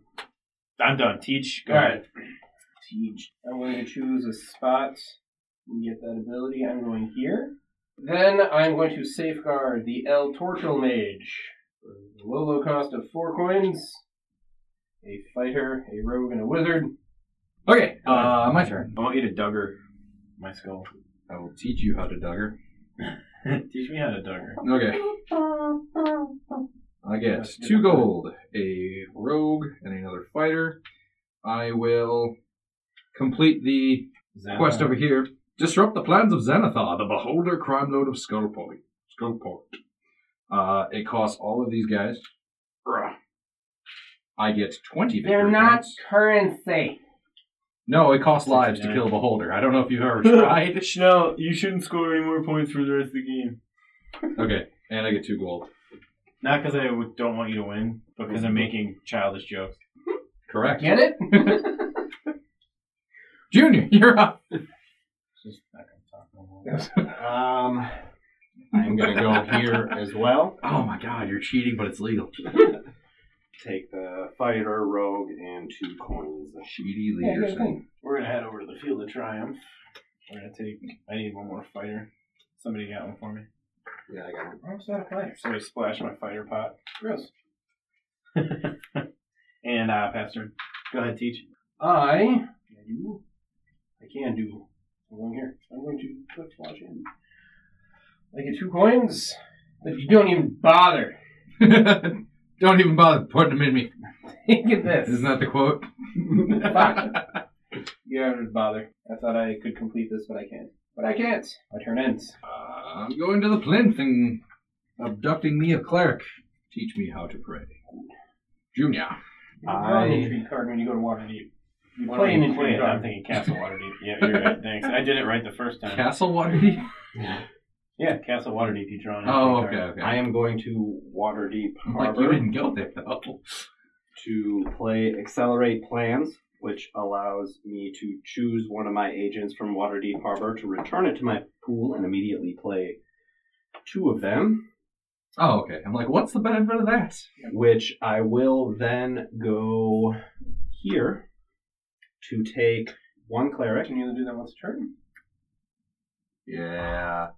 D: I'm done. Teach. Go
E: All
D: ahead.
E: Siege. I'm going to choose a spot and get that ability. I'm going here. Then I'm going to safeguard the El Torto Mage. for a Low, low cost of four coins. A fighter, a rogue, and a wizard.
A: Okay, uh, my turn.
D: I want you to dugger my skull.
A: I will teach you how to dugger.
D: Teach me how to dugger.
A: Okay. I get two gold, a rogue, and another fighter. I will complete the
D: Xanathar.
A: quest over here. Disrupt the plans of Xanathar, the beholder crime lord of Skullport. Skullport. Uh, it costs all of these guys. Bruh. I get 20 victory points.
E: currency.
A: No, it costs lives to kill a beholder. I don't know if you've ever tried.
D: Chanel, you shouldn't score any more points for the rest of the game.
A: okay, and I get two gold.
D: Not because I w- don't want you to win, but because I'm making childish jokes.
A: Correct.
E: Get it?
A: Junior, you're up.
D: It's just not gonna talk no more.
B: Um, I'm gonna go here as well.
A: Oh my god, you're cheating, but it's legal.
B: Take the fighter, rogue, and two coins.
A: Cheaty
E: Yeah, good
A: leaders.
E: thing.
D: We're gonna head over to the Field of Triumph. We're gonna take. I need one more fighter. Somebody got one for me.
B: Yeah, I got one.
E: Oh, it's not a fighter.
D: Somebody splashed my fighter pot.
E: Gross.
D: And uh, Pastor, go ahead, teach.
E: I, I do. I can do. I'm going here. I'm going to click watch in. I get two coins. If you don't even bother,
A: Don't even bother putting them in me.
E: look at this.
A: Isn't that the quote?
E: Fuck. You don't bother. I thought I could complete this, but I can't. But I can't. My turn ends.
A: Uh, I'm going to the plinth and abducting me a cleric. Teach me how to pray. Junior.
E: You don't draw an
B: I-
E: intrigue card when you go to Waterdeep. You
D: Why
E: play
D: don't
E: an
D: you play
E: intrigue
D: it? I'm
E: card.
D: thinking Castle Waterdeep. Yeah, you're right. Thanks. I did it right the first
B: Uh,
D: time.
A: Castle Waterdeep?
D: yeah, Castle Waterdeep. You draw. an
A: Oh,
D: intrigue
A: okay,
D: card.
A: okay.
B: I am going to Waterdeep
A: I'm like, you
B: Harbor.
A: didn't go there, though.
B: to play Accelerate Plans, which allows me to choose one of my agents from Waterdeep Harbor to return it to my pool and immediately play two of them,
A: Oh, okay. I'm like, what's the benefit of that?
B: which I will then go here to take one cleric.
E: Can you only do that once a turn?
A: Yeah.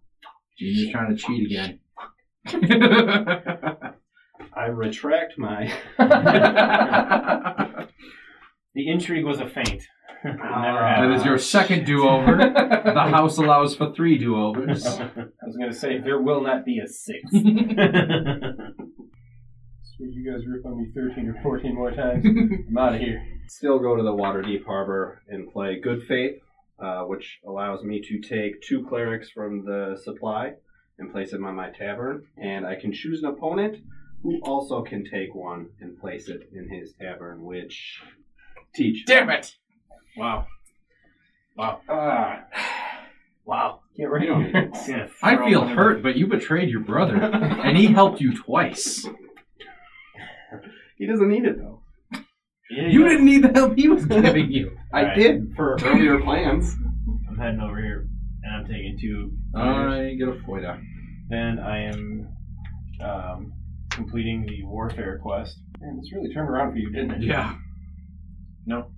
A: Junior's trying to cheat again.
B: I retract my.
A: that
D: The intrigue was a feint. It never
B: Ah,
D: happened.
A: is your second do over. The
E: I
A: house allows for three do overs.
E: was going to say, there will not be a six. So you guys rip on me 13 or 14 more times. I'm out of here.
B: still go to the Waterdeep Harbor and play Good Faith, uh, which allows me to take two clerics from the supply and place them on my tavern, and I can choose an opponent who also can take one and place it in his tavern, which teach.
A: Damn it!
D: wow. Wow.
E: Ah,
D: Wow.
E: can't
B: You don't need
E: write
B: it.
D: It's gonna
A: I
D: throw
A: feel
D: me-
A: hurt, but you betrayed your brother, and he helped you twice.
B: He doesn't need it though.
D: Yeah,
A: You
D: yeah.
A: didn't need the help he was giving you.
B: uh, I
D: Right.
B: did for earlier plans.
D: I'm heading over here, and I'm taking two.
A: I get a foil down.
D: Then I am um, completing the warfare quest.
E: Man, this really turned around for you, didn't it?
A: Yeah.
D: No.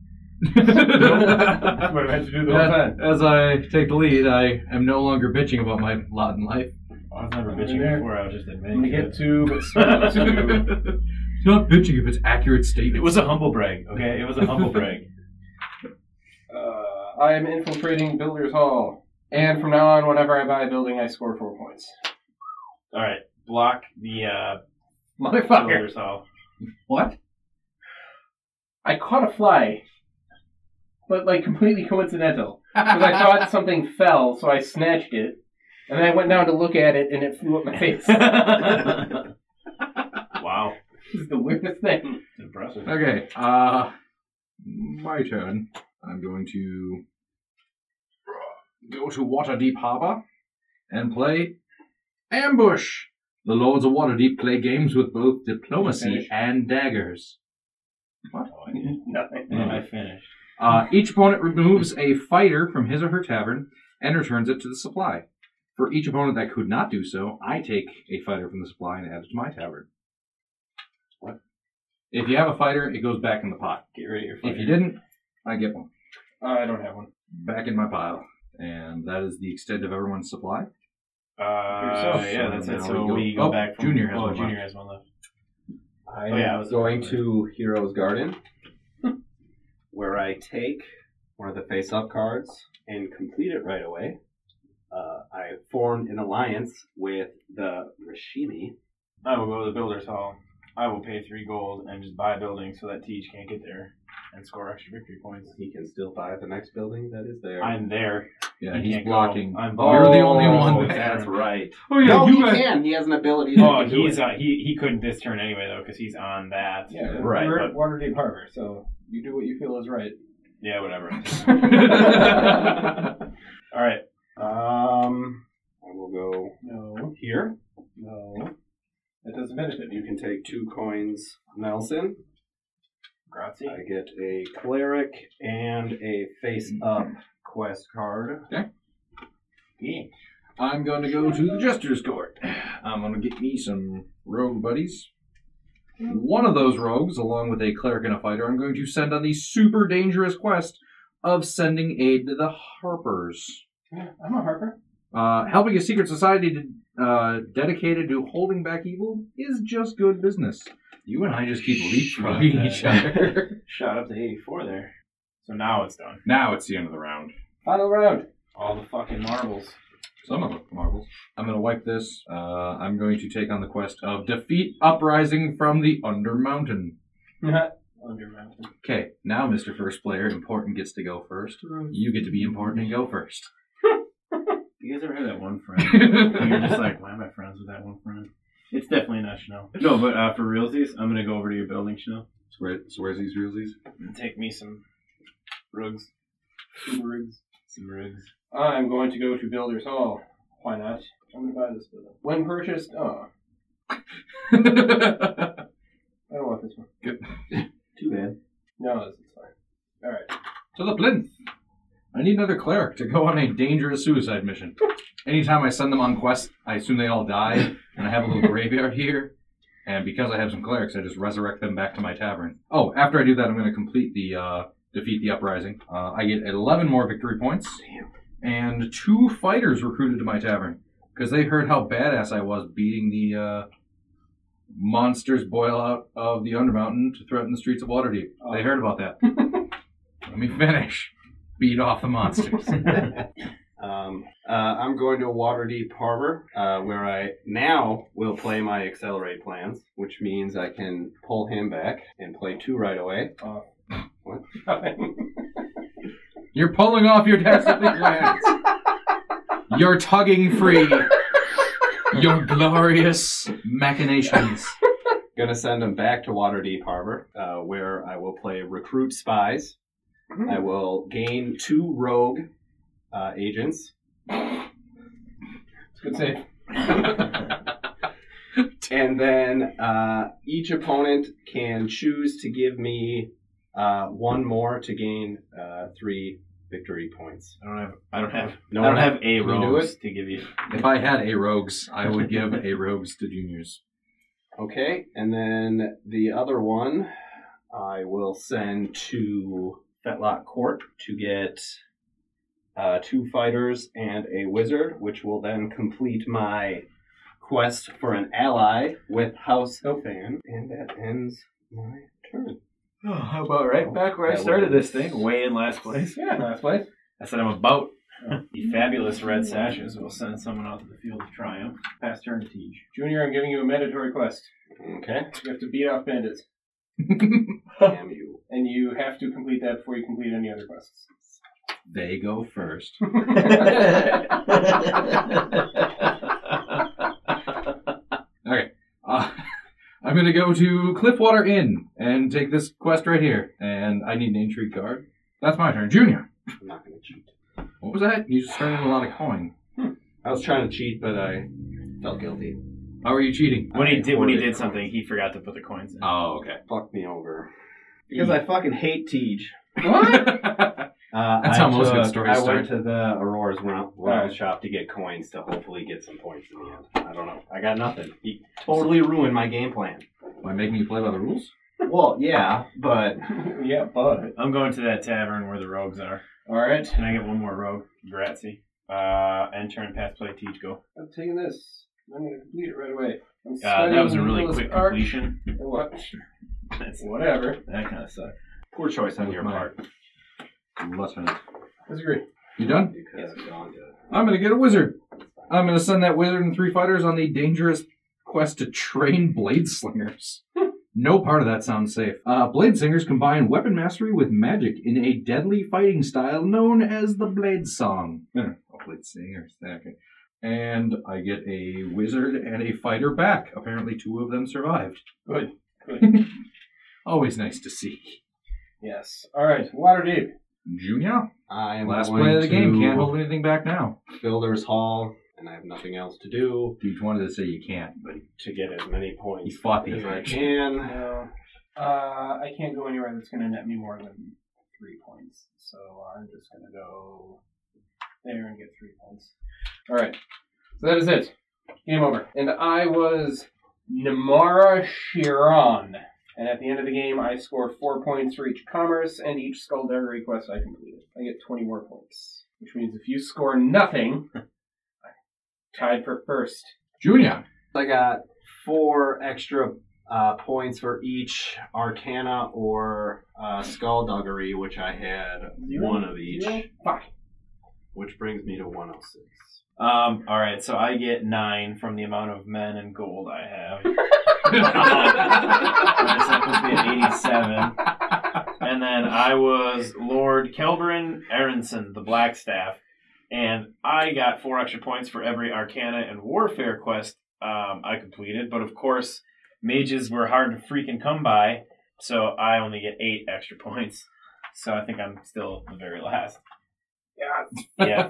A: As
D: That's what I meant to do the whole time.
A: as I take the lead, I am no longer bitching about my lot in life.
D: I was never
E: Over there.
D: bitching before. I was just
E: I'm
D: admitting
E: going to
D: to it.
E: get two, but still two.
A: It's not bitching if it's accurate
D: It
A: statement.
D: was a humble brag. Okay, it was a humble brag.
E: Uh, I am infiltrating Builder's Hall. And from now on, whenever I buy a building, I score four points.
D: All right, block the uh,
E: Motherfucker.
D: builder's hall.
A: What?
E: I caught a fly, but like completely coincidental. Because I thought something fell, so I snatched it. And then I went down to look at it, and it flew at my face. this
D: wow,
E: is the weirdest thing.
D: it's impressive.
A: Okay, uh, my turn. I'm going to go to Waterdeep Harbor and play Ambush. The Lords of Waterdeep play games with both diplomacy
E: Finish.
A: and daggers.
D: Oh, I did.
E: Nothing.
D: No, I finished.
A: Uh, each opponent removes a fighter from his or her tavern and returns it to the supply. For each opponent that could not do so, I take a fighter from the supply and add it to my tavern. What? If you have a fighter, it goes back in the pot.
D: Get rid of your.
A: If
D: finger.
A: you didn't, I get one
E: Uh, I don't have one.
A: back in my pile. And that is the extent of everyone's supply.
D: Uh,
A: So
D: yeah, that's it.
A: now
D: So
A: we go-
D: we go
A: oh,
D: back. From,
A: Junior has
D: oh,
A: one
D: Junior has one left.
B: I'm
D: Oh, yeah, I was-
B: going to Hero's Garden, where I take one of the face up cards and complete it right away. Uh, I formed an alliance with the Rashimi.
D: I will go to the builder's hall. I will pay three gold and just buy a building so that Teach can't get there and score extra victory points.
B: He can still buy the next building that is there.
D: I'm there.
A: Yeah,
D: You
A: he's
D: can't go.
A: blocking.
D: I'm
A: You're the only
D: Oh,
A: one.
D: that's
B: That's right.
A: Oh, yeah,
B: no,
A: you
B: he
A: guys-
B: can. He has an ability. that
D: Oh,
B: he can do
D: he's
B: it.
D: uh, he he couldn't this turn anyway though because he's on that.
E: Yeah,
B: Right,
E: we're at Waterdeep Harbor, so you do what you feel is right.
D: Yeah, whatever.
A: no,
D: All right.
B: Um, I will go
E: No,
B: here.
E: no, that doesn't benefit
B: You
E: me.
B: can take two coins, Nelson.
D: Grazie.
B: I get a cleric and a face up quest card.
D: Yeah.
A: I'm going to go to the Jester's Court. I'm going to get me some rogue buddies. One of those rogues, along with a cleric and a fighter, I'm going to send on the super dangerous quest of sending aid to the Harpers.
E: Yeah, I'm a Harper.
A: Uh, helping a secret society to, uh, dedicated to holding back evil is just good business. You and I just keep leapfrogging each other.
D: Shot up to 84 there. So now it's done.
A: now it's the end of the round.
E: Final round.
D: All the fucking marbles.
A: Some of the marbles. I'm going to wipe this. Uh, I'm going to take on the quest of defeat uprising from the Under Mountain.
E: Under Mountain.
A: Okay, now Mr. First Player, important gets to go first. You get to be important and go first.
D: You guys ever had that one friend? You're just like, why am I friends with that one friend? It's definitely not Chanel. No, but uh, for realsies, I'm gonna go over to your building, Chanel,
A: Swear, swearsies, realsies.
D: and take me some rugs,
E: Two rigs.
D: some rugs.
E: I'm going to go to Builder's Hall. Why not? I'm going to buy this building. When purchased, oh, I don't want this one.
B: Too bad.
E: No, this is fine. All right.
A: To the plinth. I need another cleric to go on a dangerous suicide mission. Anytime I send them on quests, I assume they all die, and I have a little graveyard here. And because I have some clerics, I just resurrect them back to my tavern. Oh, after I do that, I'm going to complete the uh, defeat the uprising. Uh, I get 11 more victory points, and two fighters recruited to my tavern because they heard how badass I was beating the uh, monsters boil out of the Undermountain to threaten the streets of Waterdeep. They heard about that. Let me finish. Beat off the monsters.
B: Um, uh, I'm going to Waterdeep Harbor, uh, where I now will play my accelerate plans, which means I can pull him back and play two right away.
A: You're pulling off your dastardly plans. You're tugging free. Your glorious machinations.
B: Gonna send him back to Waterdeep Harbor, uh, where I will play recruit spies.
E: Hmm.
B: I will gain two rogue uh, agents.
E: It's a good save.
B: And then uh, each opponent can choose to give me uh, one more to gain uh, three victory points.
D: I don't have. I don't have.
B: No
D: I don't
B: one-
D: have a
B: Can you do
D: rose to give you.
A: If I had a rogues, I would give a rogues to juniors.
B: Okay, and then the other one I will send to Fetlock Court to get uh, two fighters and a wizard, which will then complete my quest for an ally with House Hilfan, and that ends my turn.
C: how about right back where I
B: That
C: started this
B: was-
C: thing, way in last place.
E: Yeah, last place.
C: I said I'm about.
D: The fabulous red sashes will send someone out to the field of triumph. Pass turn to Tej.
E: Junior, I'm giving you a mandatory quest.
B: Okay,
E: You have to beat off bandits,
B: damn you.
E: and you have to complete that before you complete any other quests.
A: They go first. Uh, I'm going to go to Cliffwater Inn and take this quest right here. And I need an intrigue card. That's my turn. Junior.
B: I'm not gonna cheat.
A: What was that? You just turned in a lot of coin.
B: I was trying to cheat, but I felt guilty.
A: How are you cheating?
D: When he
B: I
D: did, when he
B: hoarded
D: did something,
B: coins.
D: he forgot to put the coins in.
A: Oh, okay.
B: Fuck me over. Because I fucking hate Tej.
A: What?
B: Uh,
A: That's
B: I
A: how most
B: took-
A: good stories
B: I
A: start.
B: went to the Aurora's round, round shop to get coins to hopefully get some points in the end. I don't know. I got nothing. He totally ruined my game plan.
A: By making you play by the rules?
B: Well, yeah, but
E: yeah, but
D: I'm going to that tavern where the rogues are.
E: all right.
D: Can I get one more rogue? Grazie. Uh, end turn, pass play, Tej, go.
E: I'm taking this. I'm gonna complete it right away. I'm
D: Uh, that was a
E: studying
D: really
E: Nicholas
D: quick
E: Park.
D: completion.
E: What?
D: That's,
E: Whatever.
D: that kind of sucked.
B: poor choice on
A: With
B: your
A: my-
B: part.
A: Lieutenant.
E: Disagree.
A: You done?
B: Because of Dawn did it.
A: I'm gonna get a wizard. I'm gonna send that wizard and three fighters on the dangerous quest to train blade slingers. no part of that sounds safe. Uh, blade slingers combine weapon mastery with magic in a deadly fighting style known as the blade song. Eh, oh, blade slingers. eh, Okay. And I get a wizard and a fighter back. Apparently, two of them survived.
E: Good.
A: Always nice to see.
E: Yes. All right. Waterdeep.
A: Junior,
B: I am
A: last
B: going
A: play of the
B: to
A: game. Can't hold anything back now.
B: Builder's Hall, and I have nothing else to do
A: Dude wanted to say you can't, but
B: to get as many
A: he
B: points
A: fought the
B: as I
A: urge.
B: can.
E: No. Uh, I can't go anywhere that's gonna net me more than three points. So I'm just gonna go there and get three points. All right. So that is it. Game over. And I was Namara Shiran. And at the end of the game, I score four points for each commerce and each skullduggery quest I completed. I get 20 more points, which means if you score nothing, I'm tied for first.
A: Junior,
B: I got four extra uh, points for each Arcana or uh, Skullduggery, which I had
E: Zero?
B: one of each.
E: Zero? Fuck.
B: which brings me to 106.
D: Um, all right, so I get nine from the amount of men and gold I have. That's supposed to be an 87. And then I was Lord Kelvin Aronson, the Blackstaff, and I got four extra points for every Arcana and Warfare quest um, I completed. But of course, mages were hard to freaking come by, so I only get eight extra points. So I think I'm still the very last. Yeah.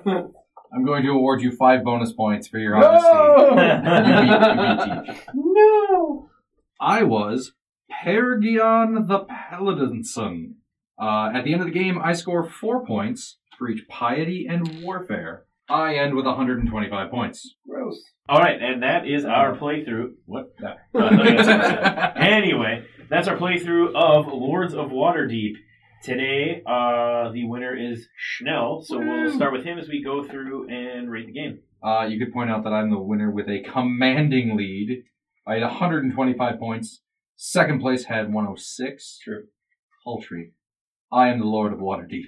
A: I'm going to award you five bonus points for your honesty. You beat, you beat Teach.
E: No!
A: I was Hergion the Paladinson. Uh, at the end of the game, I score four points for each piety and warfare. I end with 125 points.
E: Gross.
D: All right, and that is our playthrough. What? No. anyway, that's our playthrough of Lords of Waterdeep. Today, uh, the winner is Schnell, so we'll start with him as we go through and rate the game.
A: Uh, you could point out that I'm the winner with a commanding lead. I had 125 points. Second place had 106.
E: True.
A: Paltry. I am the Lord of Waterdeep.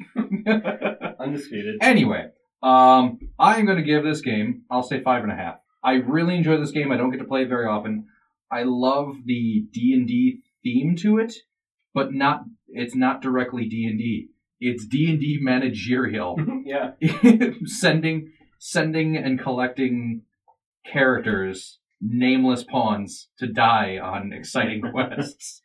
E: Undisputed.
A: Anyway, um, I'm going to give this game, I'll say five and a half. I really enjoy this game. I don't get to play it very often. I love the D and D theme to it, but not it's not directly D and D. It's D and D managerial,
E: yeah.
A: sending sending and collecting characters, nameless pawns, to die on exciting quests.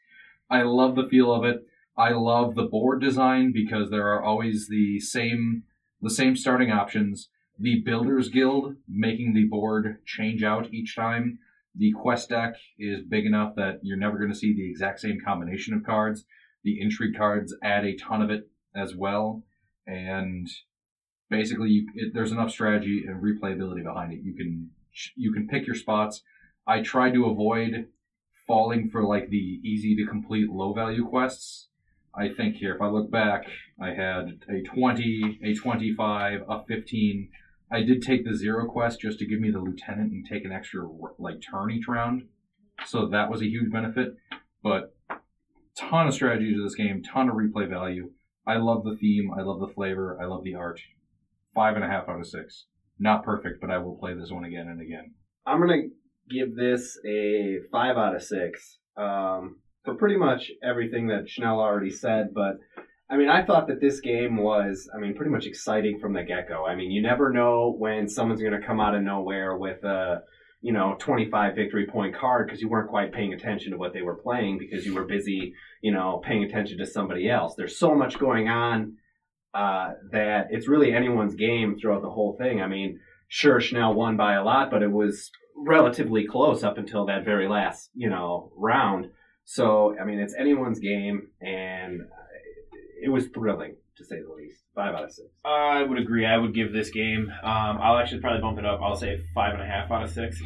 A: I love the feel of it. I love the board design because there are always the same the same starting options. The Builders Guild making the board change out each time. The quest deck is big enough that you're never going to see the exact same combination of cards. The intrigue cards add a ton of it as well, and basically you, it, there's enough strategy and replayability behind it. You can you can pick your spots. I try to avoid falling for like the easy to complete low value quests. I think here, if I look back, I had a 20, a 25, a 15. I did take the zero quest just to give me the lieutenant and take an extra like turn each round, so that was a huge benefit. But ton of strategy to this game, ton of replay value. I love the theme, I love the flavor, I love the art. Five and a half out of six. Not perfect, but I will play this one again and again.
B: I'm gonna give this a five out of six um, for pretty much everything that Schnell already said. But I mean, I thought that this game was, I mean, pretty much exciting from the get go. I mean, you never know when someone's gonna come out of nowhere with a you know 25 victory point card because you weren't quite paying attention to what they were playing because you were busy you know paying attention to somebody else. There's so much going on. Uh, that it's really anyone's game throughout the whole thing. I mean, sure, Schnell won by a lot, but it was relatively close up until that very last you know round. So I mean, it's anyone's game, and uh, it was thrilling to say the least. Five out of six.
D: I would agree. I would give this game. Um, I'll actually probably bump it up. I'll say five and a half out of six.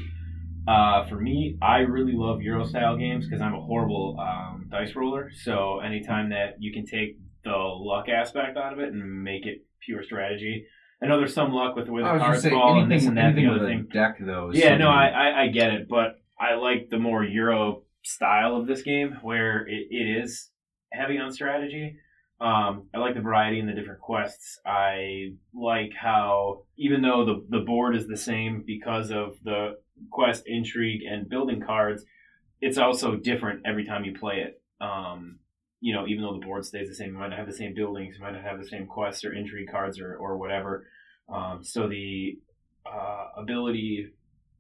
D: Uh, for me, I really love Euro style games because I'm a horrible um, dice roller. So anytime that you can take the luck aspect out of it and make it pure strategy, I know there's some luck with the way the
A: I was gonna
D: cards
A: say
D: fall and this
A: anything,
D: and that and
A: anything
D: the
A: with
D: other
A: a
D: thing.
A: deck though. is
D: Yeah, no,
A: something-
D: I, I, I get it, but I like the more Euro style of this game where it, it is heavy on strategy. Um, I like the variety and the different quests. I like how, even though the, the board is the same because of the quest, intrigue, and building cards, it's also different every time you play it. Um, you know, even though the board stays the same, you might not have the same buildings, you might not have the same quests or intrigue cards or, or whatever. Um, so the uh, ability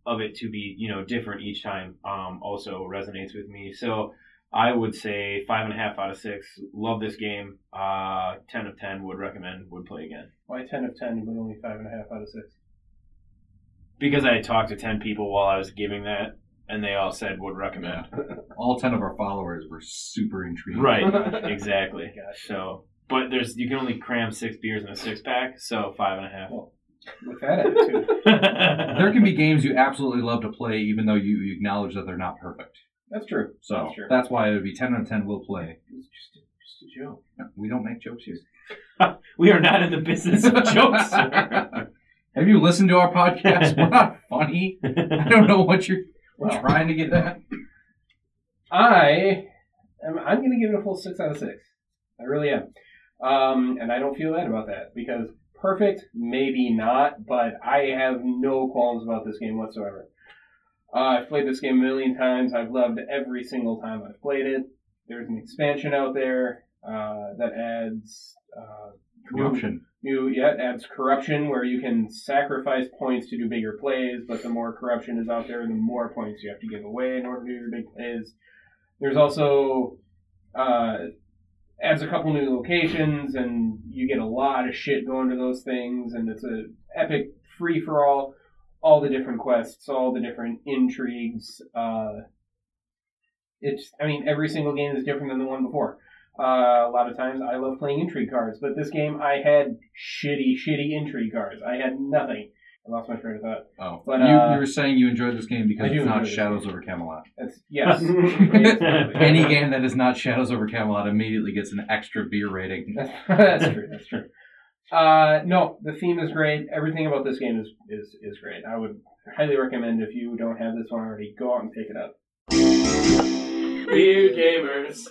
D: of it to be you know different each time um, also resonates with me. So I would say five and a half out of six. Love this game. Uh, ten of ten. Would recommend. Would play again
E: Why 10 of 10, but only 5.5 out of 6?
D: because I had talked to ten people while I was giving that, and they all said would recommend.
A: all ten of our followers were super intrigued.
D: Right. exactly.
E: Gotcha.
D: So, but there's you can only cram six beers in a six pack. So five and a half.
E: With that attitude.
A: There can be games you absolutely love to play, even though you you acknowledge that they're not perfect.
E: That's true.
A: So
E: That's
A: that's,
E: true.
A: why it would be ten out of ten. We'll play.
E: It's just a, just a joke.
A: We don't make jokes here.
D: we are not in the business of jokes. sir.
A: Have you listened to our podcast? We're not funny. I don't know what you're
E: Well,
A: trying to get at.
E: I am. I'm going to give it a full six out of six. I really am, um, and I don't feel bad about that because perfect, maybe not, but I have no qualms about this game whatsoever. Uh, I've played this game a million times. I've loved every single time I've played it. There's an expansion out there uh, that adds uh, new
A: Corruption.
E: You yeah, it adds corruption where you can sacrifice points to do bigger plays, but the more corruption is out there, the more points you have to give away in order to do your big plays. There's also uh, adds a couple new locations, and you get a lot of shit going to those things, and it's a epic free for all. All the different quests, all the different intrigues. Uh, It's I mean every single game is different than the one before. Uh, a lot of times I love playing intrigue cards, but this game I had shitty, shitty intrigue cards. I had nothing. I lost my train of thought.
A: Oh,
E: But,
A: you,
E: uh,
A: you were saying you enjoyed this game
E: I
A: because
E: do
A: it's
E: enjoy
A: not
E: this
A: Shadows over Camelot.
E: That's yes.
A: Any game that is not Shadows over Camelot immediately gets an extra beer rating.
E: that's true. That's true. Uh, no, the theme is great. Everything about this game is, is is great. I would highly recommend if you don't have this one already, go out and pick it up.
C: Beer gamers.